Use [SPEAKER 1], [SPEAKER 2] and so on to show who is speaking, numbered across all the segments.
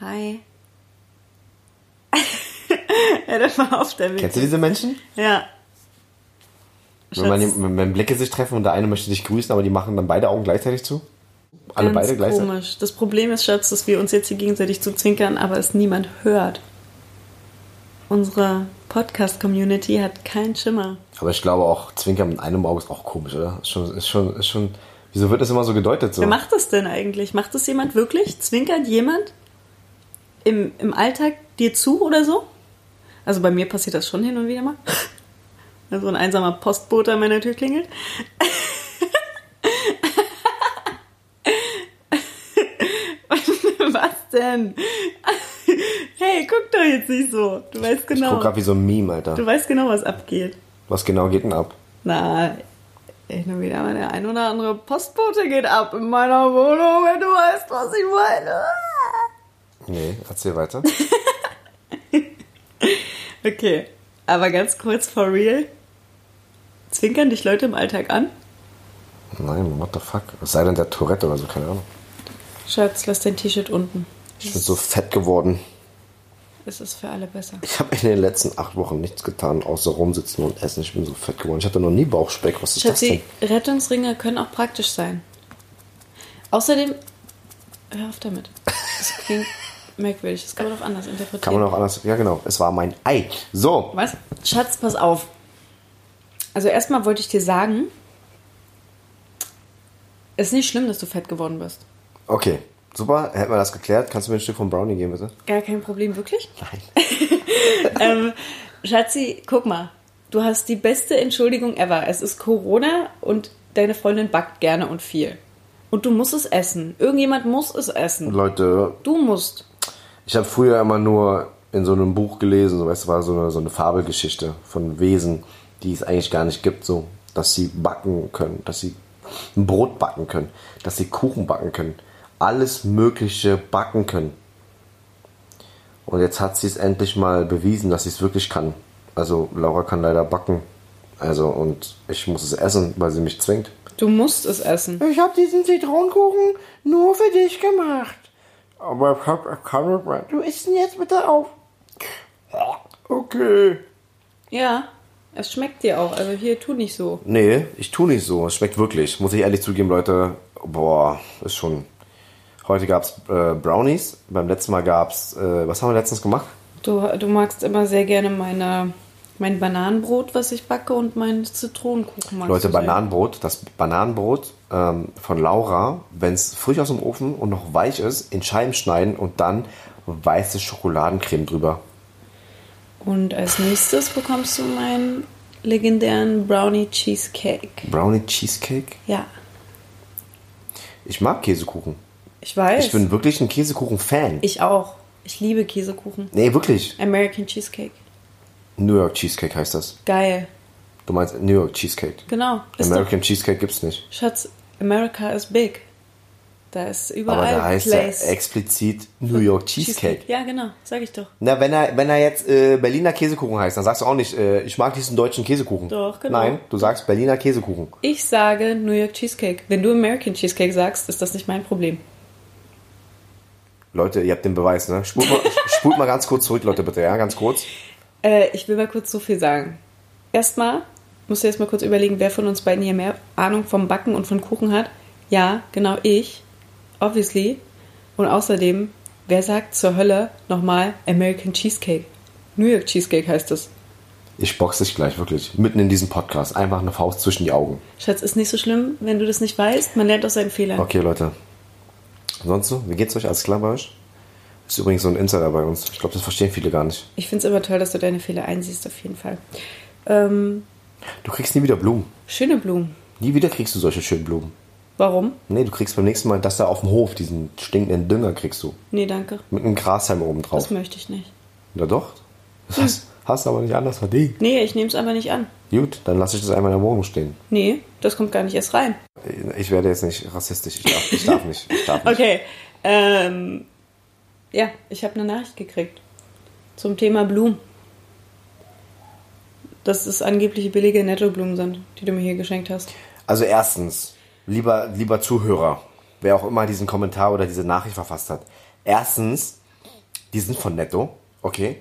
[SPEAKER 1] Hi. Hör doch mal auf damit.
[SPEAKER 2] Kennst du diese Menschen?
[SPEAKER 1] Ja.
[SPEAKER 2] Wenn, man,
[SPEAKER 1] Schatz,
[SPEAKER 2] wenn- wenn Blicke sich treffen und der eine möchte dich grüßen, aber die machen dann beide Augen gleichzeitig zu? Alle
[SPEAKER 1] ganz
[SPEAKER 2] beide gleichzeitig?
[SPEAKER 1] Komisch. Das Problem ist, Schatz, dass wir uns jetzt hier gegenseitig zuzinkern, aber es niemand hört. Unsere Podcast-Community hat keinen Schimmer.
[SPEAKER 2] Aber ich glaube auch, Zwinkern mit einem Auge ist auch komisch, oder? Ist schon, ist schon, ist schon, wieso wird das immer so gedeutet so?
[SPEAKER 1] Wer macht das denn eigentlich? Macht das jemand wirklich? Zwinkert jemand im, im Alltag dir zu oder so? Also bei mir passiert das schon hin und wieder mal. Wenn so ein einsamer Postbote an meiner Tür klingelt. Was denn? Hey, guck doch jetzt nicht so. Du weißt
[SPEAKER 2] Ich guck
[SPEAKER 1] genau,
[SPEAKER 2] grad wie so ein Meme, Alter.
[SPEAKER 1] du weißt genau, was abgeht.
[SPEAKER 2] Was genau geht denn ab?
[SPEAKER 1] Na, hin und wieder mal der ein oder andere Postbote geht ab in meiner Wohnung, wenn du weißt, was ich meine.
[SPEAKER 2] Nee, erzähl weiter.
[SPEAKER 1] Okay, aber ganz kurz for real. Zwinkern dich Leute im Alltag an?
[SPEAKER 2] Nein, what the fuck? Es sei denn der Tourette oder so, keine Ahnung.
[SPEAKER 1] Schatz, lass dein T-Shirt unten.
[SPEAKER 2] Ich bin so fett geworden.
[SPEAKER 1] Es ist für alle besser.
[SPEAKER 2] Ich habe in den letzten acht Wochen nichts getan, außer rumsitzen und essen. Ich bin so fett geworden. Ich hatte noch nie Bauchspeck. Was ist das
[SPEAKER 1] Schatzi,
[SPEAKER 2] denn?
[SPEAKER 1] Rettungsringe können auch praktisch sein. Außerdem, hör auf damit. Das klingt merkwürdig, das kann man auch anders interpretieren.
[SPEAKER 2] Kann man auch anders. Ja, genau. Es war mein Ei. So.
[SPEAKER 1] Was? Schatz, pass auf. Also erstmal wollte ich dir sagen, es ist nicht schlimm, dass du fett geworden bist.
[SPEAKER 2] Okay. Super. Hätten wir das geklärt. Kannst du mir ein Stück vom Brownie geben, bitte?
[SPEAKER 1] Gar kein Problem, wirklich?
[SPEAKER 2] Nein.
[SPEAKER 1] ähm, Schatzi, guck mal. Du hast die beste Entschuldigung ever. Es ist Corona und deine Freundin backt gerne und viel. Und du musst es essen. Irgendjemand muss es
[SPEAKER 2] Also-
[SPEAKER 1] essen.
[SPEAKER 2] Leute,
[SPEAKER 1] Du musst.
[SPEAKER 2] Ich habe früher immer nur in so einem Buch gelesen, so, weißt du, war so eine, so eine Fabelgeschichte von Wesen, die es eigentlich gar nicht gibt, so, dass sie backen können, dass sie ein Brot backen können, dass sie Kuchen backen können, alles Mögliche backen können. Und jetzt hat sie es endlich mal bewiesen, dass sie es wirklich kann. Also Laura kann leider backen. Also und ich muss es essen, weil sie mich zwingt.
[SPEAKER 1] Du musst es essen.
[SPEAKER 2] Ich habe diesen Zitronenkuchen nur für dich gemacht. Aber ich hab, ich kann nicht mehr. Du isst ihn jetzt bitte auf. Okay.
[SPEAKER 1] Ja, es schmeckt dir auch. Also hier, tu nicht so.
[SPEAKER 2] Nee, ich tu nicht so. Es schmeckt wirklich. Muss ich ehrlich zugeben, Leute. Boah, ist schon. Heute gab's äh, Brownies. Beim letzten Mal gab's. Äh, was haben wir letztens gemacht?
[SPEAKER 1] Du, du magst immer sehr gerne meine, mein Bananenbrot, was ich backe, und meinen Zitronenkuchen. magst
[SPEAKER 2] Leute,
[SPEAKER 1] du sehr.
[SPEAKER 2] Bananenbrot. Das Bananenbrot ähm, von Laura, wenn's frisch aus dem Ofen und noch weich ist, in Scheiben schneiden und dann weiße Schokoladencreme drüber.
[SPEAKER 1] Und als nächstes bekommst du meinen legendären Brownie Cheesecake.
[SPEAKER 2] Brownie Cheesecake.
[SPEAKER 1] Ja,
[SPEAKER 2] Ich mag Käsekuchen.
[SPEAKER 1] ich weiß.
[SPEAKER 2] Ich bin wirklich ein Käsekuchen-Fan.
[SPEAKER 1] Ich auch. Ich liebe Käsekuchen.
[SPEAKER 2] Nee, wirklich.
[SPEAKER 1] American Cheesecake.
[SPEAKER 2] New York Cheesecake heißt das.
[SPEAKER 1] Geil.
[SPEAKER 2] Du meinst New York Cheesecake.
[SPEAKER 1] Genau. Ist
[SPEAKER 2] American Cheesecake gibt's nicht.
[SPEAKER 1] doch, Schatz, America is big. Da ist
[SPEAKER 2] Aber
[SPEAKER 1] überall
[SPEAKER 2] da heißt
[SPEAKER 1] Place.
[SPEAKER 2] er explizit New York Cheesecake.
[SPEAKER 1] Ja, genau. Sag ich doch.
[SPEAKER 2] Na, wenn er, wenn er jetzt äh, Berliner Käsekuchen heißt, dann sagst du auch nicht, äh, ich mag diesen deutschen Käsekuchen.
[SPEAKER 1] Doch, genau.
[SPEAKER 2] Nein, du sagst Berliner Käsekuchen.
[SPEAKER 1] Ich sage New York Cheesecake. Wenn du American Cheesecake sagst, ist das nicht mein Problem.
[SPEAKER 2] Leute, ihr habt den Beweis, ne? Spult mal, spult mal ganz kurz zurück, Leute, bitte, ja? Ganz kurz.
[SPEAKER 1] Äh, ich will mal kurz so viel sagen. Erstmal musst du jetzt mal kurz überlegen, wer von uns beiden hier mehr Ahnung vom Backen und von Kuchen hat. Ja, genau ich. Obviously. Und außerdem, wer sagt zur Hölle nochmal American Cheesecake? New York Cheesecake heißt es.
[SPEAKER 2] Ich box dich gleich, wirklich. Mitten in diesem Podcast. Einfach eine Faust zwischen die Augen.
[SPEAKER 1] Schatz, ist nicht so schlimm, wenn du das nicht weißt. Man lernt aus seinen Fehlern.
[SPEAKER 2] Okay, Leute. Ansonsten, wie geht's euch? Alles klar bei euch? Ist übrigens so ein Insider bei uns. Ich glaube, das verstehen viele gar nicht.
[SPEAKER 1] Ich finde es immer toll, dass du deine Fehler einsiehst, auf jeden Fall. Ähm,
[SPEAKER 2] Du kriegst nie wieder Blumen.
[SPEAKER 1] schöne Blumen.
[SPEAKER 2] Nie wieder kriegst du solche schönen Blumen.
[SPEAKER 1] Warum?
[SPEAKER 2] Nee, du kriegst beim nächsten Mal das da auf dem Hof, diesen stinkenden Dünger kriegst du.
[SPEAKER 1] Nee, danke.
[SPEAKER 2] Mit einem Grashalm oben
[SPEAKER 1] Das
[SPEAKER 2] drauf.
[SPEAKER 1] möchte ich nicht.
[SPEAKER 2] Na doch. Das hast, hast aber nicht anders verdient.
[SPEAKER 1] Nee, ich nehme es aber nicht an.
[SPEAKER 2] Gut, dann lasse ich das einmal in der Wohnung stehen.
[SPEAKER 1] Nee, das kommt gar nicht erst rein.
[SPEAKER 2] Ich werde jetzt nicht rassistisch. Ich darf, ich darf nicht. Ich darf nicht.
[SPEAKER 1] Okay. Ähm, ja, ich habe eine Nachricht gekriegt zum Thema Blumen. Dass es angeblich billige Nettoblumen sind, die du mir hier geschenkt hast.
[SPEAKER 2] Also erstens, lieber, lieber Zuhörer, wer auch immer diesen Kommentar oder diese Nachricht verfasst hat. Erstens, die sind von Netto, okay?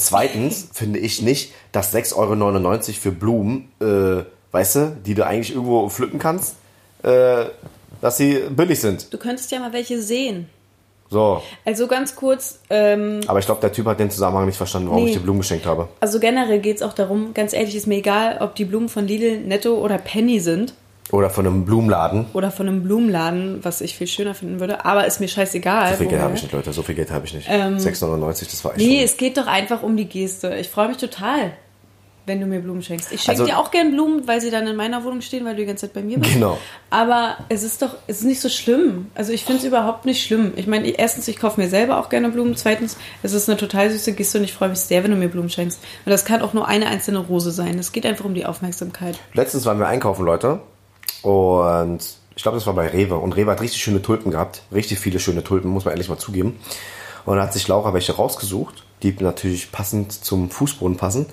[SPEAKER 2] zweitens finde ich nicht, dass 6,99 Euro für Blumen, äh, weißt du, die du eigentlich irgendwo pflücken kannst, äh, dass sie billig sind.
[SPEAKER 1] Du könntest ja mal welche sehen.
[SPEAKER 2] So.
[SPEAKER 1] Also ganz kurz, ähm,
[SPEAKER 2] Aber ich glaube, der Typ hat den Zusammenhang nicht verstanden, warum
[SPEAKER 1] Nee.
[SPEAKER 2] ich die Blumen geschenkt habe.
[SPEAKER 1] also generell geht es auch darum, ganz ehrlich, ist mir egal, ob die Blumen von Lidl, Netto oder Penny sind
[SPEAKER 2] Oder von einem Blumenladen.
[SPEAKER 1] oder von einem Blumenladen, was ich viel schöner finden würde, aber ist mir scheißegal.
[SPEAKER 2] So viel Geld
[SPEAKER 1] woher. Ähm.
[SPEAKER 2] habe ich nicht, Leute. So viel Geld habe ich nicht. 6,99, das war echt
[SPEAKER 1] Nee,
[SPEAKER 2] schon.
[SPEAKER 1] es geht doch einfach um die Geste. Ich freue mich total, wenn du mir Blumen schenkst. Ich schenke
[SPEAKER 2] Also-
[SPEAKER 1] dir auch gern Blumen, weil sie dann in meiner Wohnung stehen, weil du die ganze Zeit bei mir bist.
[SPEAKER 2] Genau.
[SPEAKER 1] Aber es ist doch, es ist nicht so schlimm. Also ich finde es überhaupt nicht schlimm. Ich meine, erstens, ich kaufe mir selber auch gerne Blumen. Zweitens, es ist eine total süße Geste und ich freue mich sehr, wenn du mir Blumen schenkst. Und das kann auch nur eine einzelne Rose sein. Es geht einfach um die Aufmerksamkeit.
[SPEAKER 2] Letztens waren wir einkaufen, Leute. Und ich glaube, das war bei Rewe. Und Rewe hat richtig schöne Tulpen gehabt. Richtig viele schöne Tulpen, muss man ehrlich mal zugeben. Und da hat sich Laura welche rausgesucht, die natürlich passend zum Fußboden passen.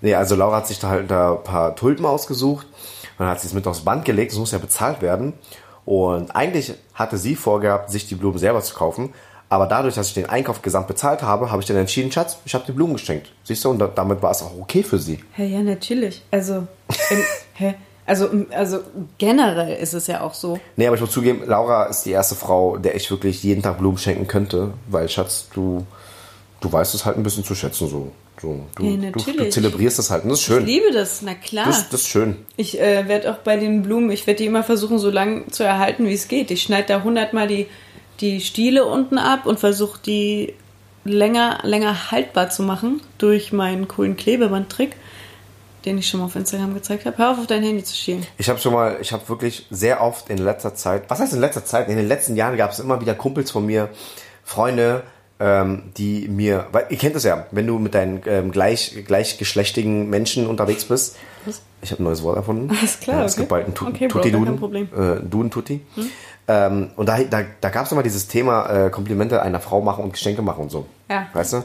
[SPEAKER 2] nee, also Laura hat sich da halt da ein paar Tulpen ausgesucht. Und dann hat sie es mit aufs Band gelegt. Das muss ja bezahlt werden. Und eigentlich hatte sie vorgehabt, sich die Blumen selber zu kaufen. Aber dadurch, dass ich den Einkauf gesamt bezahlt habe, habe ich dann entschieden, Schatz, ich habe die Blumen geschenkt. Siehst du, und da, damit war es auch okay für sie.
[SPEAKER 1] Hä, ja, natürlich. Also, ähm, hä? Also, also generell ist es ja auch so.
[SPEAKER 2] Nee, aber ich muss zugeben, Laura ist die erste Frau, der ich wirklich jeden Tag Blumen schenken könnte, weil Schatz, du, du weißt es halt ein bisschen zu schätzen so. so du,
[SPEAKER 1] Ja,
[SPEAKER 2] du, du
[SPEAKER 1] natürlich.
[SPEAKER 2] zelebrierst es halt und das ist
[SPEAKER 1] Ich
[SPEAKER 2] schön.
[SPEAKER 1] liebe das, na klar.
[SPEAKER 2] Das, das ist schön.
[SPEAKER 1] Ich äh, werde auch bei den Blumen, ich werde die immer versuchen, so lang zu erhalten, wie es geht. Ich schneide da hundertmal die, die Stiele unten ab und versuche die länger, länger haltbar zu machen durch meinen coolen Klebebandtrick, den ich schon mal auf Instagram gezeigt habe. Hör auf, auf dein Handy zu schielen.
[SPEAKER 2] Ich habe schon mal, ich habe wirklich sehr oft in letzter Zeit, was heißt in letzter Zeit? In den letzten Jahren gab es immer wieder Kumpels von mir, Freunde, ähm, die mir, weil ihr kennt es ja, wenn du mit deinen ähm, gleich, gleichgeschlechtigen Menschen unterwegs bist.
[SPEAKER 1] Was?
[SPEAKER 2] Ich habe ein neues Wort erfunden.
[SPEAKER 1] Alles klar,
[SPEAKER 2] es
[SPEAKER 1] okay.
[SPEAKER 2] gibt bald einen Tut
[SPEAKER 1] Okay, Bro,
[SPEAKER 2] Tutti
[SPEAKER 1] gar kein
[SPEAKER 2] Duden.
[SPEAKER 1] Problem. Hm?
[SPEAKER 2] Äh, Duden Tutti. Ähm, und da, da, da gab es immer dieses Thema äh, Komplimente einer Frau machen und Geschenke machen und so.
[SPEAKER 1] Ja.
[SPEAKER 2] Weißt du?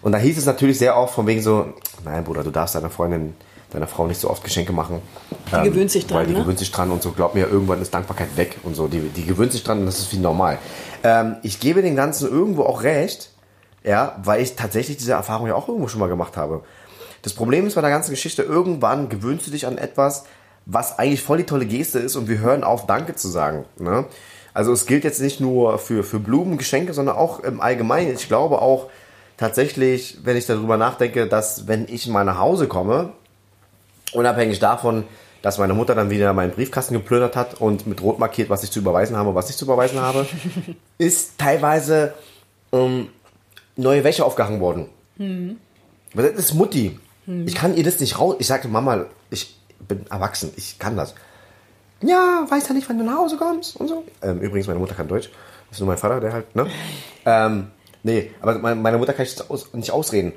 [SPEAKER 2] Und da hieß es natürlich sehr oft von wegen so, nein Bruder, du darfst deiner Freundin, deiner Frau nicht so oft Geschenke machen. Die
[SPEAKER 1] gewöhnt sich dran,
[SPEAKER 2] Weil die
[SPEAKER 1] ne?
[SPEAKER 2] gewöhnt sich dran und so, glaub mir, irgendwann ist Dankbarkeit weg und so. Die, die gewöhnt sich dran und das ist wie normal. Ähm, ich gebe den Ganzen irgendwo auch recht, ja, weil ich tatsächlich diese Erfahrung ja auch irgendwo schon mal gemacht habe. Das Problem ist bei der ganzen Geschichte, irgendwann gewöhnst du dich an etwas, was eigentlich voll die tolle Geste ist und wir hören auf, Danke zu sagen. Ne? Also es gilt jetzt nicht nur für, für Blumen, Geschenke, sondern auch im Allgemeinen. Ich glaube auch tatsächlich, wenn ich darüber nachdenke, dass wenn ich mal nach Hause komme, unabhängig davon, dass meine Mutter dann wieder meinen Briefkasten geplündert hat und mit Rot markiert, was ich zu überweisen habe, was ich zu überweisen habe, ist teilweise ähm, neue Wäsche aufgehangen worden.
[SPEAKER 1] Hm.
[SPEAKER 2] Weil das ist Mutti. Ich kann ihr das nicht raus. Ich sagte, Mama, ich bin erwachsen, ich kann das. Ja, weiß ja nicht, wann du nach Hause kommst und so. Ähm, übrigens, meine Mutter kann Deutsch. Das ist nur mein Vater, der halt, ne? Ähm, nee, aber meine, meine Mutter kann ich das aus, nicht ausreden.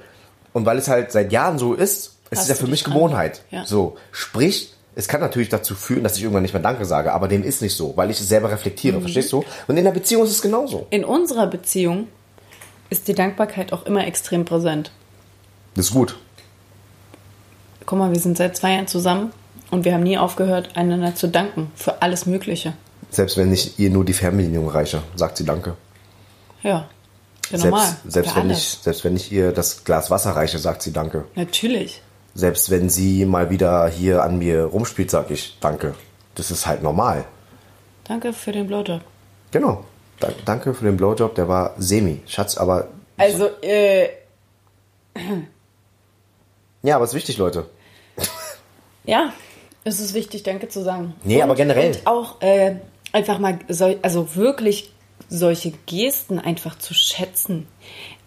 [SPEAKER 2] Und weil es halt seit Jahren so ist, es
[SPEAKER 1] Passt
[SPEAKER 2] ist ja für
[SPEAKER 1] du
[SPEAKER 2] mich
[SPEAKER 1] dich an.
[SPEAKER 2] Gewohnheit.
[SPEAKER 1] Ja.
[SPEAKER 2] So, sprich, es kann natürlich dazu führen, dass ich irgendwann nicht mehr Danke sage, aber dem ist nicht so, weil ich es selber reflektiere,
[SPEAKER 1] Mhm.
[SPEAKER 2] verstehst du? Und in der Beziehung ist es genauso.
[SPEAKER 1] In unserer Beziehung ist die Dankbarkeit auch immer extrem präsent.
[SPEAKER 2] Das ist gut.
[SPEAKER 1] Guck mal, wir sind seit zwei Jahren zusammen und wir haben nie aufgehört, einander zu danken für alles Mögliche.
[SPEAKER 2] Selbst wenn ich ihr nur die Fernbedienung reiche, sagt sie Danke.
[SPEAKER 1] Ja, ja normal.
[SPEAKER 2] Selbst, selbst,
[SPEAKER 1] für
[SPEAKER 2] wenn ich,
[SPEAKER 1] alles.
[SPEAKER 2] selbst wenn ich ihr das Glas Wasser reiche, sagt sie Danke.
[SPEAKER 1] Natürlich.
[SPEAKER 2] Selbst wenn sie mal wieder hier an mir rumspielt, sage ich Danke. Das ist halt normal.
[SPEAKER 1] Danke für den Blowjob.
[SPEAKER 2] Genau. Da, danke für den Blowjob, der war semi. Schatz, aber.
[SPEAKER 1] Also, äh,
[SPEAKER 2] Ja, aber es ist wichtig, Leute.
[SPEAKER 1] ja, es ist wichtig, Danke zu sagen.
[SPEAKER 2] Nee, aber generell.
[SPEAKER 1] Und auch äh, einfach mal, sol also wirklich solche Gesten einfach zu schätzen.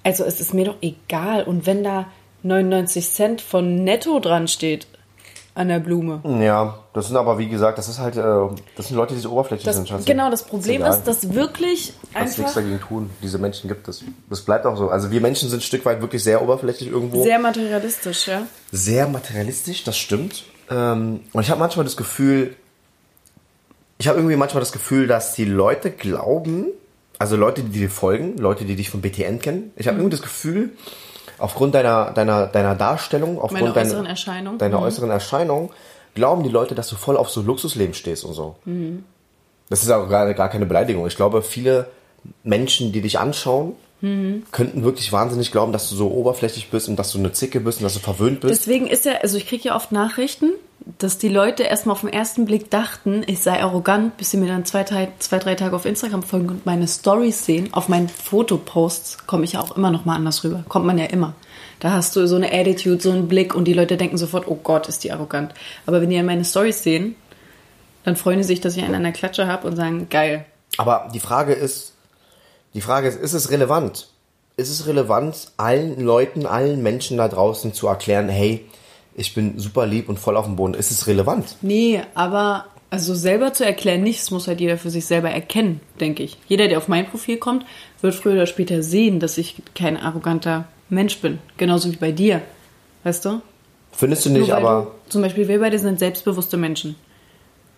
[SPEAKER 1] Also, es ist mir doch egal. Und wenn da 99 Cent von Netto dran steht an der Blume.
[SPEAKER 2] Ja, das sind aber, wie gesagt, das ist halt. Äh, das sind Leute, die so oberflächlich
[SPEAKER 1] Das,
[SPEAKER 2] sind, Schatz.
[SPEAKER 1] genau, das Problem
[SPEAKER 2] egal.
[SPEAKER 1] ist, dass wirklich
[SPEAKER 2] Kannst nichts
[SPEAKER 1] einfach
[SPEAKER 2] dagegen tun. Diese Menschen gibt es. Das bleibt auch so. Also wir Menschen sind ein Stück weit wirklich sehr oberflächlich irgendwo.
[SPEAKER 1] sehr materialistisch, ja.
[SPEAKER 2] sehr materialistisch, das stimmt. Ähm, und ich habe manchmal das Gefühl, ich habe irgendwie manchmal das Gefühl, dass die Leute glauben, also Leute, die dir folgen, Leute, die dich von BTN kennen, ich
[SPEAKER 1] Mhm.
[SPEAKER 2] habe irgendwie das Gefühl, aufgrund deiner, deiner, deiner Darstellung, aufgrund deiner,
[SPEAKER 1] äußeren Erscheinung. Mhm.
[SPEAKER 2] deiner äußeren Erscheinung, glauben die Leute, dass du voll auf so Luxusleben stehst und so.
[SPEAKER 1] Mhm.
[SPEAKER 2] Das ist auch gar, gar keine Beleidigung. Ich glaube, viele Menschen, die dich anschauen,
[SPEAKER 1] Mhm.
[SPEAKER 2] könnten wirklich wahnsinnig glauben, dass du so oberflächlich bist und dass du eine Zicke bist und dass du verwöhnt bist.
[SPEAKER 1] Deswegen ist ja, also ich kriege ja oft Nachrichten, dass die Leute erstmal auf den ersten Blick dachten, ich sei arrogant, bis sie mir dann zwei, drei, zwei, drei Tage auf Instagram folgen und meine Stories sehen. Auf meinen Fotoposts komme ich ja auch immer noch mal anders rüber. Kommt man ja immer. Da hast du so eine Attitude, so einen Blick und die Leute denken sofort, oh Gott, ist die arrogant. Aber wenn die dann meine Stories sehen, dann freuen die sich, dass ich einen an der Klatsche habe und sagen, geil.
[SPEAKER 2] Aber die Frage ist, die Frage ist, ist es relevant? Ist es relevant, allen Leuten, allen Menschen da draußen zu erklären, hey, ich bin super lieb und voll auf dem Boden. Ist es relevant?
[SPEAKER 1] Nee, aber also selber zu erklären nicht, das muss halt jeder für sich selber erkennen, denke ich. Jeder, der auf mein Profil kommt, wird früher oder später sehen, dass ich kein arroganter Mensch bin. Genauso wie bei dir. Weißt du?
[SPEAKER 2] Findest du
[SPEAKER 1] Nur
[SPEAKER 2] nicht,
[SPEAKER 1] weil
[SPEAKER 2] aber
[SPEAKER 1] Du, zum Beispiel wir beide sind selbstbewusste Menschen.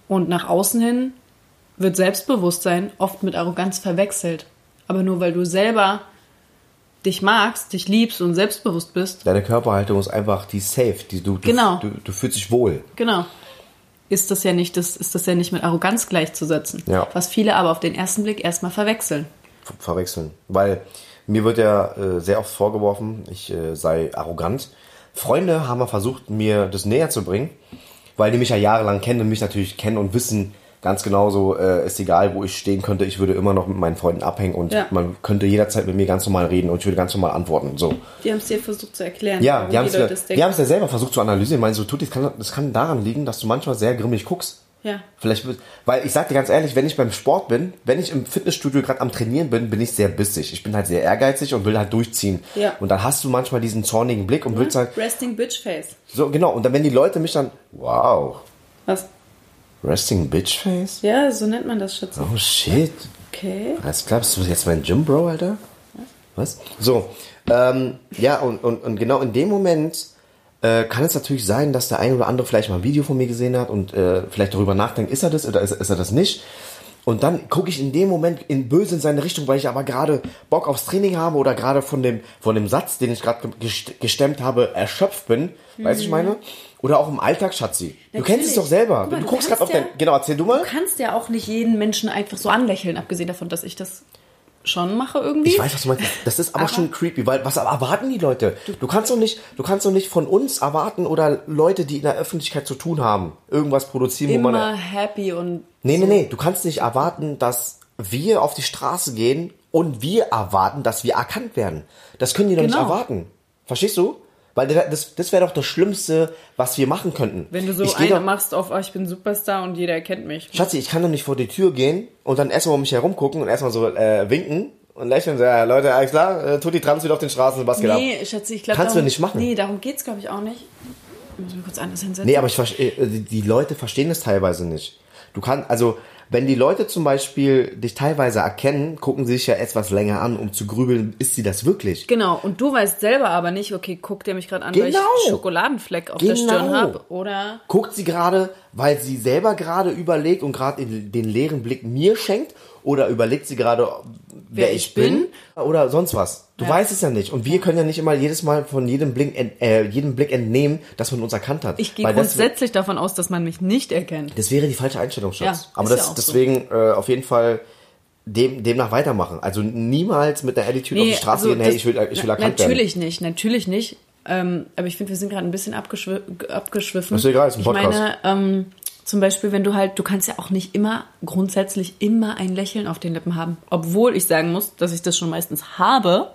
[SPEAKER 1] Und nach außen hin wird Selbstbewusstsein oft mit Arroganz verwechselt. Aber nur weil du selber dich magst, dich liebst und selbstbewusst bist,
[SPEAKER 2] deine Körperhaltung ist einfach die safe, die du, du
[SPEAKER 1] Genau.
[SPEAKER 2] du, du fühlst dich wohl.
[SPEAKER 1] genau, ist das ja nicht, das ist das ja nicht mit Arroganz gleichzusetzen.
[SPEAKER 2] Ja.
[SPEAKER 1] Was viele aber auf den ersten Blick erstmal verwechseln.
[SPEAKER 2] ver- verwechseln. Weil mir wird ja äh, sehr oft vorgeworfen, ich äh, sei arrogant. Freunde haben mal versucht, mir das näher zu bringen, weil die mich ja jahrelang kennen und mich natürlich kennen und wissen ganz genau so, äh, ist egal, wo ich stehen könnte, ich würde immer noch mit meinen Freunden abhängen und
[SPEAKER 1] Ja.
[SPEAKER 2] man könnte jederzeit mit mir ganz normal reden und ich würde ganz normal antworten. So.
[SPEAKER 1] Die haben es dir versucht zu erklären.
[SPEAKER 2] Ja, die haben es ja selber versucht zu analysieren. Meinst du, tut, das kann, das kann daran liegen, dass du manchmal sehr grimmig guckst.
[SPEAKER 1] Ja.
[SPEAKER 2] Vielleicht, wird- weil ich sag dir ganz ehrlich, wenn ich beim Sport bin, wenn ich im Fitnessstudio gerade am Trainieren bin, bin ich sehr bissig. Ich bin halt sehr ehrgeizig und will halt durchziehen.
[SPEAKER 1] Ja.
[SPEAKER 2] Und dann hast du manchmal diesen zornigen Blick und willst halt,
[SPEAKER 1] Resting Bitch Face.
[SPEAKER 2] so genau, und dann wenn die Leute mich dann, wow,
[SPEAKER 1] Was?
[SPEAKER 2] resting bitch face?
[SPEAKER 1] Ja, so nennt man das Schätze.
[SPEAKER 2] Oh shit,
[SPEAKER 1] Okay.
[SPEAKER 2] alles klar, bist du jetzt mein Gym Bro, Alter? Was? So, ähm, ja, und, und, und genau in dem Moment äh, kann es natürlich sein, dass der ein oder andere vielleicht mal ein Video von mir gesehen hat und äh, vielleicht darüber nachdenkt, ist er das oder ist, ist er das nicht? Und dann gucke ich in dem Moment in böse in seine Richtung, weil ich aber gerade Bock aufs Training habe oder gerade von dem, von dem Satz, den ich gerade gest- gestemmt habe, erschöpft bin. Weißt du, ich meine? Oder auch im Alltag, Schatzi. Du kennst
[SPEAKER 1] Mhm. Natürlich.
[SPEAKER 2] es doch selber.
[SPEAKER 1] Guck mal,
[SPEAKER 2] du
[SPEAKER 1] du
[SPEAKER 2] guckst gerade auf
[SPEAKER 1] kannst
[SPEAKER 2] den.
[SPEAKER 1] ja-
[SPEAKER 2] Genau, erzähl du mal.
[SPEAKER 1] Du kannst ja auch nicht jeden Menschen einfach so anlächeln, abgesehen davon, dass ich das schon mache irgendwie.
[SPEAKER 2] Ich weiß, was du meinst. Das ist aber, schon creepy, weil was erwarten die Leute? Du kannst doch nicht, du kannst doch nicht von uns erwarten oder Leute, die in der Öffentlichkeit zu tun haben, irgendwas produzieren, wo man.
[SPEAKER 1] Immer happy und
[SPEAKER 2] Nee, nee, nee. Du kannst nicht erwarten, dass wir auf die Straße gehen und wir erwarten, dass wir erkannt werden. Das können die doch nicht
[SPEAKER 1] Genau.
[SPEAKER 2] erwarten. Verstehst du? Weil das, das wäre doch das Schlimmste, was wir machen könnten.
[SPEAKER 1] wenn du so
[SPEAKER 2] Ich geh
[SPEAKER 1] einen
[SPEAKER 2] doch-
[SPEAKER 1] machst auf, oh, ich bin Superstar und jeder erkennt mich.
[SPEAKER 2] Schatzi, ich kann doch nicht vor die Tür gehen und dann erstmal um mich herumgucken und erstmal so äh, winken und lächeln. und sagen, Ja, Leute, alles klar, äh, tut die Trans wieder auf den Straßen, was geht ab?
[SPEAKER 1] Nee, Schatzi, ich glaube.
[SPEAKER 2] Kannst du nicht machen.
[SPEAKER 1] Nee, darum geht's, glaube ich, auch nicht. Ich muss mich kurz anders hinsetzen.
[SPEAKER 2] Nee, aber ich verstehe, die die Leute verstehen das teilweise nicht. Du kannst, also, wenn die Leute zum Beispiel dich teilweise erkennen, gucken sie sich ja etwas länger an, um zu grübeln, ist sie das wirklich?
[SPEAKER 1] Genau, und du weißt selber aber nicht, okay, guckt der mich gerade an, weil ich
[SPEAKER 2] Genau.
[SPEAKER 1] einen Schokoladenfleck auf der
[SPEAKER 2] Genau.
[SPEAKER 1] Stirn habe. Oder
[SPEAKER 2] Guckt sie gerade, weil sie selber gerade überlegt und gerade den den leeren Blick mir schenkt? Oder überlegt sie gerade, wer,
[SPEAKER 1] Wer
[SPEAKER 2] ich
[SPEAKER 1] ich
[SPEAKER 2] bin? Oder sonst was? Du
[SPEAKER 1] Ja.
[SPEAKER 2] weißt es ja nicht. Und wir können ja nicht immer jedes Mal von jedem Blick, ent, äh, jedem Blick entnehmen, dass man uns erkannt hat.
[SPEAKER 1] ich gehe
[SPEAKER 2] Weil das-
[SPEAKER 1] grundsätzlich davon aus, dass man mich nicht erkennt.
[SPEAKER 2] Das wäre die falsche Einstellung, Schatz.
[SPEAKER 1] Ja,
[SPEAKER 2] Aber
[SPEAKER 1] ist
[SPEAKER 2] das,
[SPEAKER 1] ja auch so.
[SPEAKER 2] deswegen äh, auf jeden Fall dem, demnach weitermachen. Also niemals mit einer Attitude auf die Straße
[SPEAKER 1] also
[SPEAKER 2] gehen, hey,
[SPEAKER 1] das-
[SPEAKER 2] ich will, ich will
[SPEAKER 1] na-
[SPEAKER 2] erkannt werden.
[SPEAKER 1] Natürlich nicht, natürlich nicht. Ähm, aber ich finde, wir sind gerade ein bisschen abgeschwi g- abgeschwiffen.
[SPEAKER 2] Ist egal, ist ein
[SPEAKER 1] Ich
[SPEAKER 2] Podcast.
[SPEAKER 1] meine, ähm, zum Beispiel, wenn du halt, du kannst ja auch nicht immer, grundsätzlich immer ein Lächeln auf den Lippen haben. Obwohl ich sagen muss, dass ich das schon meistens habe,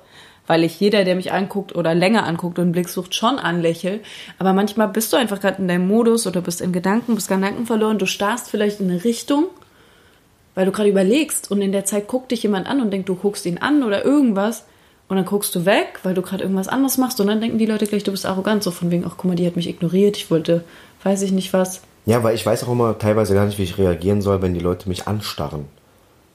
[SPEAKER 1] weil ich jeder, der mich anguckt oder länger anguckt und einen Blick sucht, schon anlächel. Aber manchmal bist du einfach gerade in deinem Modus oder bist in Gedanken, bist Gedanken verloren, du starrst vielleicht in eine Richtung weil du gerade überlegst und in der Zeit guckt dich jemand an und denkt, du guckst ihn an oder irgendwas und dann guckst du weg, weil du gerade irgendwas anderes machst und dann denken die Leute gleich, du bist arrogant, so von wegen, ach guck mal, die hat mich ignoriert, ich wollte, weiß ich nicht was.
[SPEAKER 2] Ja, weil ich weiß auch immer teilweise gar nicht, wie ich reagieren soll, wenn die Leute mich anstarren.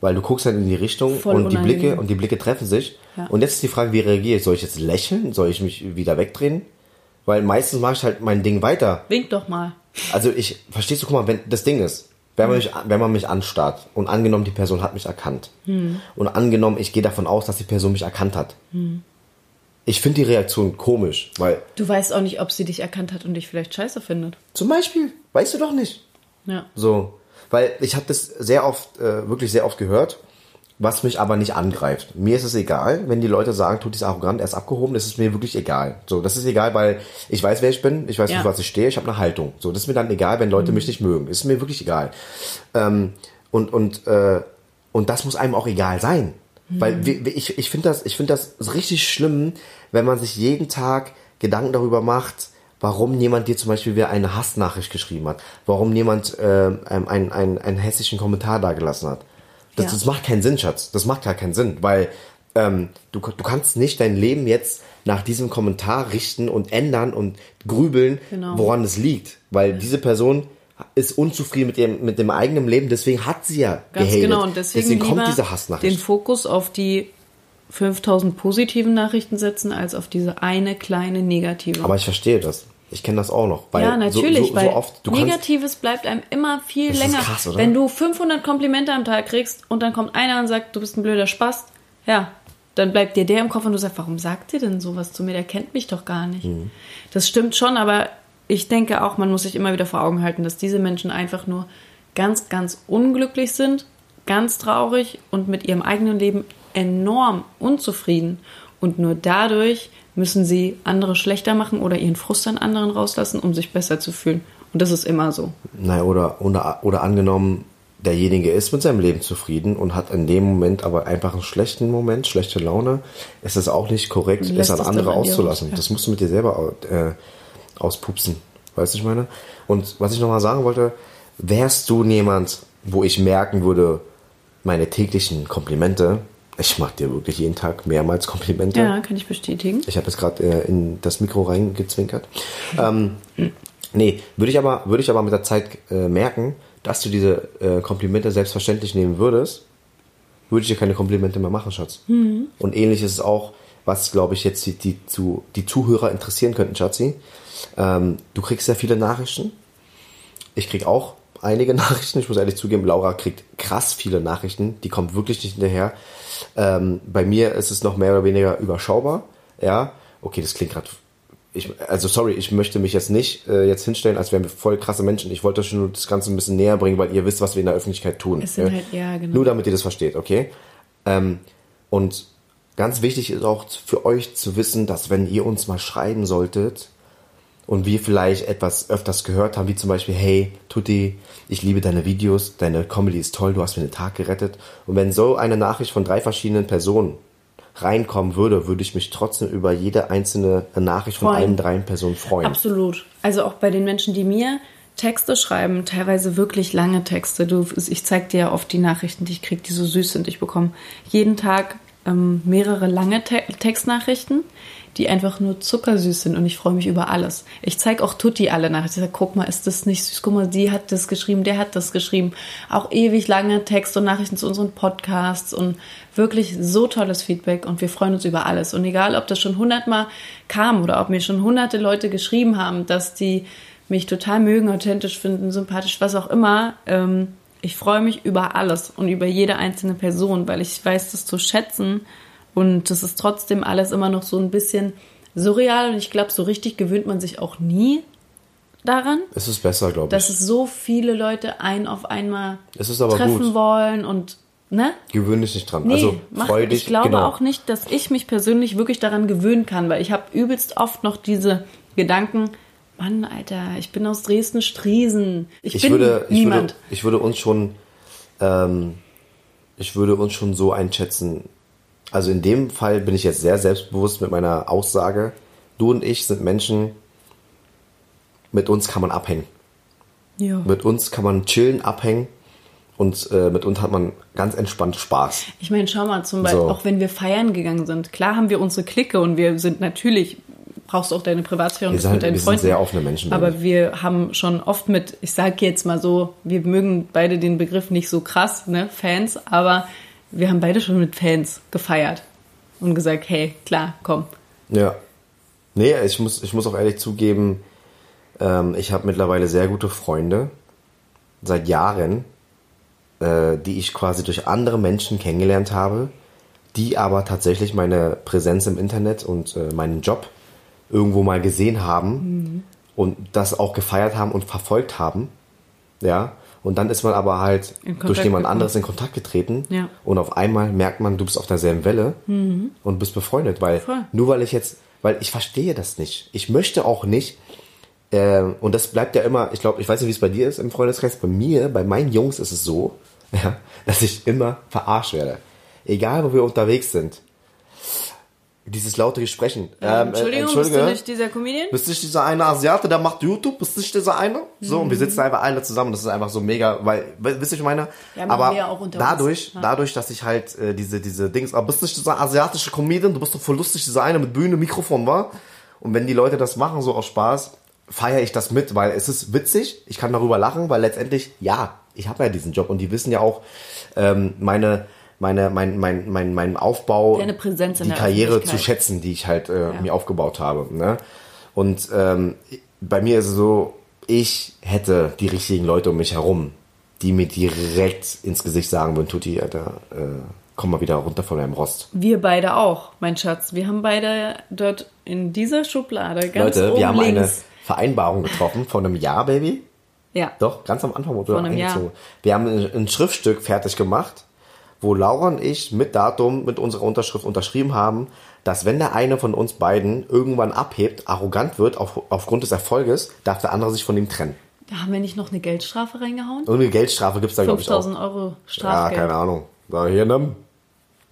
[SPEAKER 2] Weil du guckst dann in die Richtung
[SPEAKER 1] Voll
[SPEAKER 2] und die,
[SPEAKER 1] unangenehm.
[SPEAKER 2] Blicke, und die Blicke treffen sich.
[SPEAKER 1] Ja.
[SPEAKER 2] Und jetzt ist die Frage, wie reagiere ich? Soll ich jetzt lächeln? Soll ich mich wieder wegdrehen? Weil meistens mache ich halt mein Ding weiter.
[SPEAKER 1] Wink doch mal.
[SPEAKER 2] Also ich, verstehst du, guck mal, wenn das Ding ist, wenn man, mich, wenn man mich anstarrt und angenommen, die Person hat mich erkannt und angenommen, ich gehe davon aus, dass die Person mich erkannt hat. Ich finde die Reaktion komisch, weil
[SPEAKER 1] Du weißt auch nicht, ob sie dich erkannt hat und dich vielleicht scheiße findet.
[SPEAKER 2] zum Beispiel, weißt du doch nicht.
[SPEAKER 1] Ja.
[SPEAKER 2] So, weil ich habe das sehr oft, äh, wirklich sehr oft gehört, was mich aber nicht angreift. Mir ist es egal, wenn die Leute sagen, Tutti ist arrogant, er ist abgehoben, das ist mir wirklich egal. So, das ist egal, weil ich weiß, wer ich bin, ich weiß,
[SPEAKER 1] Ja.
[SPEAKER 2] für was ich stehe, ich habe eine Haltung. So, das ist mir dann egal, wenn Leute mich nicht mögen. Das ist mir wirklich egal. Ähm, und, und, äh, und das muss einem auch egal sein. Weil wir- wir- ich, ich finde das, ich find das richtig schlimm, wenn man sich jeden Tag Gedanken darüber macht, warum jemand dir zum Beispiel wieder eine Hassnachricht geschrieben hat, warum jemand äh, einem einen, einen, einen hässlichen Kommentar dagelassen hat. Das,
[SPEAKER 1] Ja.
[SPEAKER 2] das macht keinen Sinn, Schatz. Das macht gar keinen Sinn, weil ähm, du, du kannst nicht dein Leben jetzt nach diesem Kommentar richten und ändern und grübeln,
[SPEAKER 1] Genau.
[SPEAKER 2] woran es liegt. Weil diese Person ist unzufrieden mit, ihrem, mit dem eigenen Leben, deswegen hat sie ja
[SPEAKER 1] Ganz
[SPEAKER 2] gehatet.
[SPEAKER 1] genau. Und deswegen, lieber
[SPEAKER 2] kommt diese
[SPEAKER 1] den
[SPEAKER 2] Hassnachricht.
[SPEAKER 1] Fokus auf die 5000 positiven Nachrichten setzen, als auf diese eine kleine negative.
[SPEAKER 2] Aber ich verstehe das. Ich kenne das auch noch. Weil
[SPEAKER 1] ja, natürlich,
[SPEAKER 2] so, so,
[SPEAKER 1] weil
[SPEAKER 2] so oft, du kannst,
[SPEAKER 1] Negatives bleibt einem immer viel
[SPEAKER 2] Das ist
[SPEAKER 1] länger.
[SPEAKER 2] krass, oder?
[SPEAKER 1] Wenn du 500 Komplimente am Tag kriegst und dann kommt einer und sagt, du bist ein blöder Spaß, ja, dann bleibt dir der im Kopf und du sagst, warum sagt ihr denn sowas zu mir? Der kennt mich doch gar nicht. Das stimmt schon, aber ich denke auch, man muss sich immer wieder vor Augen halten, dass diese Menschen einfach nur ganz, ganz unglücklich sind, ganz traurig und mit ihrem eigenen Leben enorm unzufrieden. Und nur dadurch müssen sie andere schlechter machen oder ihren Frust an anderen rauslassen, um sich besser zu fühlen. Und das ist immer so.
[SPEAKER 2] naja, oder, oder, oder angenommen, derjenige ist mit seinem Leben zufrieden und hat in dem Moment aber einfach einen schlechten Moment, schlechte Laune, ist es auch nicht korrekt,
[SPEAKER 1] Lässt
[SPEAKER 2] es an
[SPEAKER 1] es
[SPEAKER 2] andere
[SPEAKER 1] dann an dir
[SPEAKER 2] auszulassen.
[SPEAKER 1] raus, ja.
[SPEAKER 2] Das musst du mit dir selber äh, auspupsen. Weißt du, ich meine? Und was ich nochmal sagen wollte, wärst du jemand, wo ich merken würde, meine täglichen Komplimente, ich mache dir wirklich jeden Tag mehrmals Komplimente.
[SPEAKER 1] Ja, kann ich bestätigen.
[SPEAKER 2] Ich habe jetzt gerade äh, in das Mikro reingezwinkert. Ähm, nee, würde ich, aber- würde ich aber mit der Zeit äh, merken, dass du diese äh, Komplimente selbstverständlich nehmen würdest, würde ich dir keine Komplimente mehr machen, Schatz. Und ähnlich ist es auch, was, glaube ich, jetzt die, die, zu, die Zuhörer interessieren könnten, Schatzi. Ähm, du kriegst sehr viele Nachrichten. Ich krieg auch einige Nachrichten. Ich muss ehrlich zugeben, Laura kriegt krass viele Nachrichten. Die kommt wirklich nicht hinterher. Ähm, bei mir ist es noch mehr oder weniger überschaubar. Ja, okay, das klingt gerade. Ich, also sorry, ich möchte mich jetzt nicht äh, jetzt hinstellen, als wären wir voll krasse Menschen. Ich wollte euch nur das Ganze ein bisschen näher bringen, weil ihr wisst, was wir in der Öffentlichkeit tun.
[SPEAKER 1] Es sind halt- ja, genau.
[SPEAKER 2] Nur damit ihr das versteht, okay? Ähm, und ganz wichtig ist auch für euch zu wissen, dass wenn ihr uns mal schreiben solltet, und wir vielleicht etwas öfters gehört haben, wie zum Beispiel, hey, Tutti, ich liebe deine Videos, deine Comedy ist toll, du hast mir den Tag gerettet. Und wenn so eine Nachricht von drei verschiedenen Personen reinkommen würde, würde ich mich trotzdem über jede einzelne Nachricht von
[SPEAKER 1] Freuen.
[SPEAKER 2] allen dreien Personen freuen.
[SPEAKER 1] Absolut. Also auch bei den Menschen, die mir Texte schreiben, teilweise wirklich lange Texte. Du, ich zeig dir ja oft die Nachrichten, die ich kriege, die so süß sind. Ich bekomme jeden Tag ähm, mehrere lange Te Textnachrichten, die einfach nur zuckersüß sind und ich freue mich über alles. Ich zeige auch Tutti alle Nachrichten. Ich sage, guck mal, ist das nicht süß? Guck mal, die hat das geschrieben, der hat das geschrieben. Auch ewig lange Texte und Nachrichten zu unseren Podcasts und wirklich so tolles Feedback und wir freuen uns über alles. Und egal, ob das schon hundertmal kam oder ob mir schon hunderte Leute geschrieben haben, dass die mich total mögen, authentisch finden, sympathisch, was auch immer. Ähm, ich freue mich über alles und über jede einzelne Person, weil ich weiß, das zu schätzen. Und das ist trotzdem alles immer noch so ein bisschen surreal. Und ich glaube, so richtig gewöhnt man sich auch nie daran,
[SPEAKER 2] Es ist besser, glaube
[SPEAKER 1] dass
[SPEAKER 2] ich.
[SPEAKER 1] es so viele Leute einen auf einmal
[SPEAKER 2] Es ist aber
[SPEAKER 1] treffen
[SPEAKER 2] gut.
[SPEAKER 1] wollen und, ne?
[SPEAKER 2] Gewöhn dich nicht dran.
[SPEAKER 1] Nee,
[SPEAKER 2] also
[SPEAKER 1] mach,
[SPEAKER 2] freu dich.
[SPEAKER 1] ich glaube
[SPEAKER 2] genau.
[SPEAKER 1] auch nicht, dass ich mich persönlich wirklich daran gewöhnen kann, weil ich habe übelst oft noch diese Gedanken, Mann, Alter, ich bin aus Dresden-Striesen. Ich,
[SPEAKER 2] ich
[SPEAKER 1] bin
[SPEAKER 2] würde, ich
[SPEAKER 1] niemand.
[SPEAKER 2] würde, ich würde uns schon, ähm, ich würde uns schon so einschätzen. Also in dem Fall bin ich jetzt sehr selbstbewusst mit meiner Aussage. Du und ich sind Menschen. Mit uns kann man abhängen.
[SPEAKER 1] ja.
[SPEAKER 2] Mit uns kann man chillen, abhängen. Und äh, mit uns hat man ganz entspannt Spaß.
[SPEAKER 1] Ich meine, schau mal, zum Beispiel,
[SPEAKER 2] So.
[SPEAKER 1] auch wenn wir feiern gegangen sind, klar haben wir unsere Clique und wir sind natürlich, brauchst du auch deine Privatsphäre und
[SPEAKER 2] Wir
[SPEAKER 1] das
[SPEAKER 2] sind
[SPEAKER 1] mit
[SPEAKER 2] halt-
[SPEAKER 1] deinen
[SPEAKER 2] wir sind
[SPEAKER 1] Freunden.
[SPEAKER 2] sehr offene Menschen,
[SPEAKER 1] Aber
[SPEAKER 2] glaube
[SPEAKER 1] wir haben schon oft mit, ich sag jetzt mal so, wir mögen beide den Begriff nicht so krass, ne, Fans, aber wir haben beide schon mit Fans gefeiert und gesagt, hey, klar, komm.
[SPEAKER 2] Ja. Nee, ich muss, ich muss auch ehrlich zugeben, ähm, ich habe mittlerweile sehr gute Freunde, seit Jahren, äh, die ich quasi durch andere Menschen kennengelernt habe, die aber tatsächlich meine Präsenz im Internet und äh, meinen Job irgendwo mal
[SPEAKER 1] Mhm.
[SPEAKER 2] gesehen haben und das auch gefeiert haben und verfolgt haben. Ja. Und Und dann ist man aber halt
[SPEAKER 1] In Kontakt
[SPEAKER 2] durch jemand
[SPEAKER 1] gekommen.
[SPEAKER 2] anderes in Kontakt getreten.
[SPEAKER 1] Ja.
[SPEAKER 2] Und auf einmal merkt man, du bist auf derselben Welle und bist befreundet. Weil
[SPEAKER 1] Voll.
[SPEAKER 2] nur weil ich jetzt, weil ich verstehe das nicht. Ich möchte auch nicht. Äh, und das bleibt ja immer, ich glaube, ich weiß nicht, wie es bei dir ist im Freundeskreis. Bei mir, bei meinen Jungs ist es so, ja, dass ich immer verarscht werde. Egal, wo wir unterwegs sind. Dieses laute Gesprechen. Ähm, äh,
[SPEAKER 1] Entschuldigung, bist du nicht dieser Comedian?
[SPEAKER 2] bist nicht dieser eine Asiate, der macht YouTube? Bist nicht dieser eine? So,
[SPEAKER 3] Mhm.
[SPEAKER 2] und wir sitzen einfach alle zusammen. Das ist einfach so mega, weil, we- wisst ihr, was ich meine?
[SPEAKER 3] Ja, machen
[SPEAKER 2] aber
[SPEAKER 3] wir ja auch unter uns.
[SPEAKER 2] dadurch, dadurch, dass ich halt äh, diese, diese Dings, aber bist nicht dieser asiatische Comedian? Du bist doch voll lustig, dieser eine mit Bühne, Mikrofon, war. Und wenn die Leute das machen, so aus Spaß, feiere ich das mit, weil es ist witzig. Ich kann darüber lachen, weil letztendlich, ja, ich habe ja diesen Job und die wissen ja auch, ähm, meine, meine, mein, mein, mein, mein Aufbau,
[SPEAKER 3] Deine Präsenz in
[SPEAKER 2] die
[SPEAKER 3] der
[SPEAKER 2] Karriere zu
[SPEAKER 3] Öffentlichkeit.
[SPEAKER 2] schätzen, die ich halt äh, mir aufgebaut habe. Ne? Und ähm, bei mir ist es so, ich hätte die richtigen Leute um mich herum, die mir direkt ins Gesicht sagen würden, Tuti, Alter, äh, komm mal wieder runter von deinem Rost.
[SPEAKER 1] Wir beide auch, mein Schatz. Wir haben beide dort in dieser Schublade ganz
[SPEAKER 2] Leute,
[SPEAKER 1] oben
[SPEAKER 2] wir haben eine
[SPEAKER 1] links.
[SPEAKER 2] Vereinbarung getroffen von einem Jahr, Baby.
[SPEAKER 1] ja.
[SPEAKER 2] Doch, ganz am Anfang wurde
[SPEAKER 1] Vor einem
[SPEAKER 2] eingezogen. Wir haben ein, ein Schriftstück fertig gemacht, wo Laura und ich mit Datum, mit unserer Unterschrift unterschrieben haben, dass wenn der eine von uns beiden irgendwann abhebt, arrogant wird, auf, aufgrund des Erfolges, darf der andere sich von ihm trennen.
[SPEAKER 3] Da haben wir nicht noch eine Geldstrafe reingehauen?
[SPEAKER 2] Irgendeine Geldstrafe gibt's da, glaube ich, auch.
[SPEAKER 1] 5000 Euro
[SPEAKER 2] Ja,
[SPEAKER 1] Strafgeld.
[SPEAKER 2] keine Ahnung. Da hier, ne? nimm.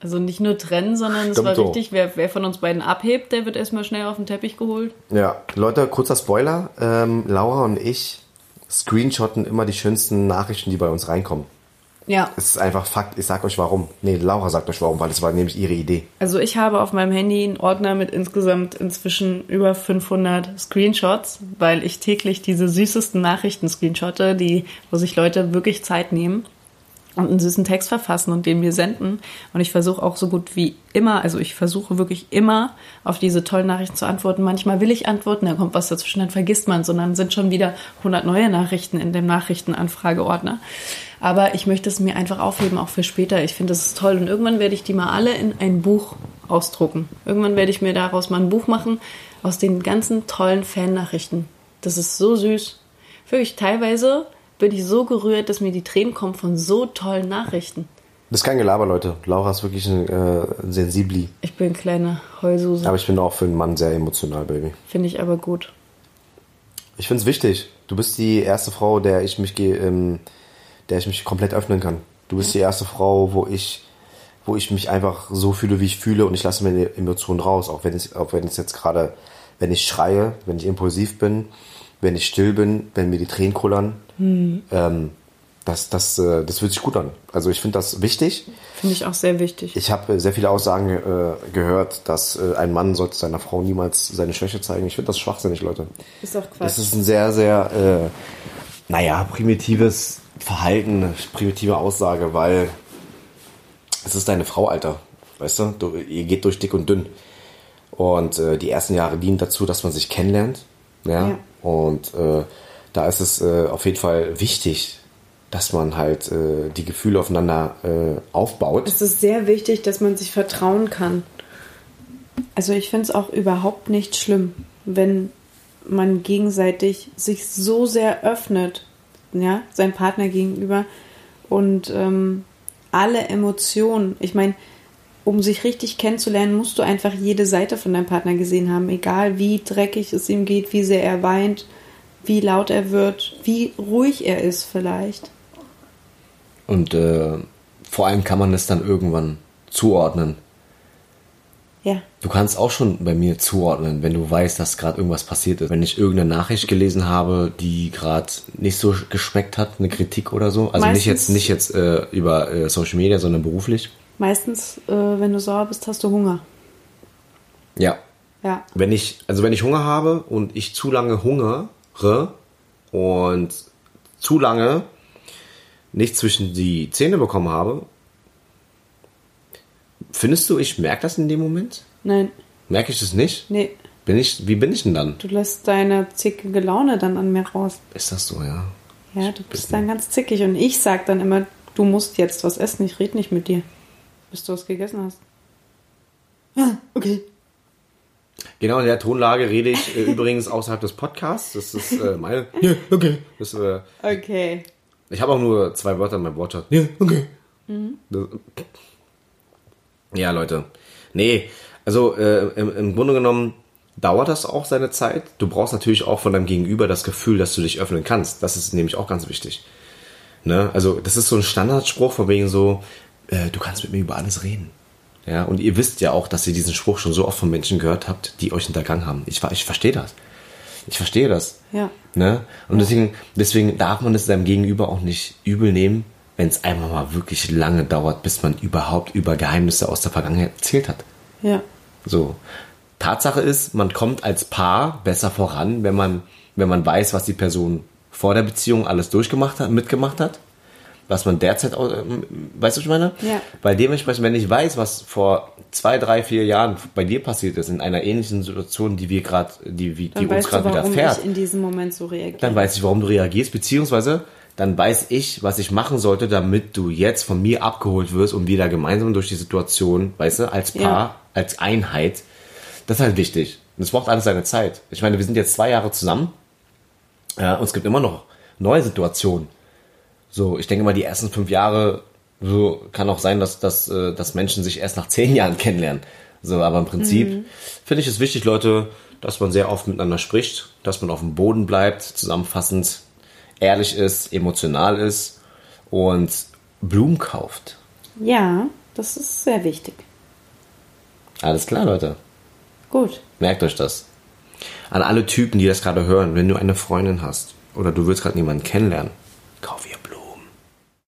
[SPEAKER 1] also nicht nur trennen, sondern es
[SPEAKER 2] Stimmt
[SPEAKER 1] war
[SPEAKER 2] so.
[SPEAKER 1] richtig, wer, wer von uns beiden abhebt, der wird erstmal schnell auf den Teppich geholt.
[SPEAKER 2] Ja, Leute, kurzer Spoiler. Ähm, Laura und ich screenshotten immer die schönsten Nachrichten, die bei uns reinkommen.
[SPEAKER 1] Ja.
[SPEAKER 2] Es ist einfach Fakt. Ich sag euch warum. Nee, Laura sagt euch warum, weil es war nämlich ihre Idee.
[SPEAKER 1] Also ich habe auf meinem Handy einen Ordner mit insgesamt inzwischen über 500 Screenshots, weil ich täglich diese süßesten Nachrichten screenshotte, die, wo sich Leute wirklich Zeit nehmen und einen süßen Text verfassen und den mir senden. Und ich versuche auch so gut wie immer, also ich versuche wirklich immer auf diese tollen Nachrichten zu antworten. Manchmal will ich antworten, dann kommt was dazwischen, dann vergisst man, sondern sind schon wieder 100 neue Nachrichten in dem Nachrichtenanfrageordner. Aber ich möchte es mir einfach aufheben, auch für später. Ich finde, das ist toll. Und irgendwann werde ich die mal alle in ein Buch ausdrucken. Irgendwann werde ich mir daraus mal ein Buch machen, aus den ganzen tollen Fan-Nachrichten. Das ist so süß. Wirklich, teilweise bin ich so gerührt, dass mir die Tränen kommen von so tollen Nachrichten.
[SPEAKER 2] Das ist kein Gelaber, Leute. Laura ist wirklich ein äh, Sensibli.
[SPEAKER 1] Ich bin kleine Heulsuse,
[SPEAKER 2] Aber ich bin auch für einen Mann sehr emotional, Baby.
[SPEAKER 1] finde ich aber gut.
[SPEAKER 2] Ich finde es wichtig. Du bist die erste Frau, der ich mich ge- ähm, der ich mich komplett öffnen kann. Du bist die erste Frau, wo ich wo ich mich einfach so fühle, wie ich fühle und ich lasse meine Emotionen raus, auch wenn es auch wenn es jetzt gerade wenn ich schreie, wenn ich impulsiv bin, wenn ich still bin, wenn mir die Tränen kullern. Ähm, das, das, äh, das fühlt sich gut an. Also ich finde das wichtig.
[SPEAKER 1] Finde ich auch sehr wichtig.
[SPEAKER 2] Ich habe äh, sehr viele Aussagen äh, gehört, dass äh, ein Mann sollte seiner Frau niemals seine Schwäche zeigen. Ich finde das schwachsinnig, Leute.
[SPEAKER 1] Ist doch Quatsch.
[SPEAKER 2] Das ist ein sehr, sehr, äh, naja, primitives Verhalten, eine primitive Aussage, weil es ist deine Frau, Alter. Weißt du, du ihr geht durch dick und dünn. Und äh, die ersten Jahre dienen dazu, dass man sich kennenlernt. Ja.
[SPEAKER 1] Ja.
[SPEAKER 2] Und äh, da ist es äh, auf jeden Fall wichtig, dass man halt äh, die Gefühle aufeinander äh, aufbaut.
[SPEAKER 1] Es ist sehr wichtig, dass man sich vertrauen kann. Also ich finde es auch überhaupt nicht schlimm, wenn man gegenseitig sich so sehr öffnet, ja, seinem Partner gegenüber und ähm, alle Emotionen. Ich meine, um sich richtig kennenzulernen, musst du einfach jede Seite von deinem Partner gesehen haben, egal wie dreckig es ihm geht, wie sehr er weint, wie laut er wird, wie ruhig er ist vielleicht.
[SPEAKER 2] Und äh, vor allem kann man es dann irgendwann zuordnen.
[SPEAKER 1] Ja.
[SPEAKER 2] Du kannst auch schon bei mir zuordnen, wenn du weißt, dass gerade irgendwas passiert ist. Wenn ich irgendeine Nachricht gelesen habe, die gerade nicht so geschmeckt hat, eine Kritik oder so. Also nicht
[SPEAKER 1] Meistens-
[SPEAKER 2] jetzt, nicht jetzt äh, über äh, Social Media, sondern beruflich.
[SPEAKER 1] Meistens, äh, wenn du sauer bist, hast du Hunger.
[SPEAKER 2] Ja.
[SPEAKER 1] Ja.
[SPEAKER 2] Wenn ich, also wenn ich Hunger habe und ich zu lange hungere und zu lange nichts zwischen die Zähne bekommen habe, findest du, ich merke das in dem Moment?
[SPEAKER 1] Nein,
[SPEAKER 2] Merke ich das nicht?
[SPEAKER 1] nee,
[SPEAKER 2] Bin ich, wie bin ich denn dann?
[SPEAKER 1] du lässt deine zickige Laune dann an mir raus.
[SPEAKER 2] Ist das so, ja?
[SPEAKER 1] Ja, du bist dann ganz zickig und ich sag dann immer, du musst jetzt was essen, ich red nicht mit dir, bis du was gegessen hast. Ah, okay.
[SPEAKER 2] Genau, in der Tonlage rede ich äh, übrigens außerhalb des Podcasts. Das ist äh, meine. Ja, okay. Das, äh,
[SPEAKER 1] Okay.
[SPEAKER 2] Ich habe auch nur zwei Wörter in meinem Wortschatz. Ja, okay.
[SPEAKER 1] Mhm.
[SPEAKER 2] Das- Ja, Leute. Nee, also äh, im, im Grunde genommen dauert das auch seine Zeit. Du brauchst natürlich auch von deinem Gegenüber das Gefühl, dass du dich öffnen kannst. Das ist nämlich auch ganz wichtig. Ne? Also, das ist so ein Standardspruch von wegen so, äh, du kannst mit mir über alles reden. Ja, und ihr wisst ja auch, dass ihr diesen Spruch schon so oft von Menschen gehört habt, die euch hintergangen haben. Ich, ver- ich verstehe das. Ich verstehe das.
[SPEAKER 1] Ja.
[SPEAKER 2] Ne? Und deswegen, deswegen darf man es seinem Gegenüber auch nicht übel nehmen, wenn es einmal mal wirklich lange dauert, bis man überhaupt über Geheimnisse aus der Vergangenheit erzählt hat.
[SPEAKER 1] Ja.
[SPEAKER 2] So. Tatsache ist, man kommt als Paar besser voran, wenn man, wenn man weiß, was die Person vor der Beziehung alles durchgemacht hat, mitgemacht hat. Was man derzeit, au- ähm, weißt du, was ich meine?
[SPEAKER 1] Ja.
[SPEAKER 2] Weil dementsprechend, wenn ich weiß, was vor zwei, drei, vier Jahren bei dir passiert ist, in einer ähnlichen Situation, die wir gerade, die, wie- die
[SPEAKER 1] Dann
[SPEAKER 2] uns
[SPEAKER 1] weißt du,
[SPEAKER 2] gerade
[SPEAKER 1] warum
[SPEAKER 2] widerfährt,
[SPEAKER 1] ich in diesem Moment so reagiere.
[SPEAKER 2] dann weiß ich, warum du reagierst, beziehungsweise dann weiß ich, was ich machen sollte, damit du jetzt von mir abgeholt wirst und wir da gemeinsam durch die Situation, weißt du, als Paar,
[SPEAKER 1] Ja.
[SPEAKER 2] als Einheit. Das ist halt wichtig. Und es braucht alles seine Zeit. Ich meine, wir sind jetzt zwei Jahre zusammen ja, und es gibt immer noch neue Situationen. So, ich denke mal, die ersten fünf Jahre so kann auch sein, dass, dass, äh, dass Menschen sich erst nach zehn Jahren kennenlernen. So, aber im Prinzip finde ich es wichtig, Leute, dass man sehr oft miteinander spricht, dass man auf dem Boden bleibt, zusammenfassend ehrlich ist, emotional ist und Blumen kauft.
[SPEAKER 1] Ja, das ist sehr wichtig.
[SPEAKER 2] Alles klar, Leute.
[SPEAKER 1] Gut.
[SPEAKER 2] Merkt euch das. An alle Typen, die das gerade hören, wenn du eine Freundin hast oder du willst gerade jemanden kennenlernen,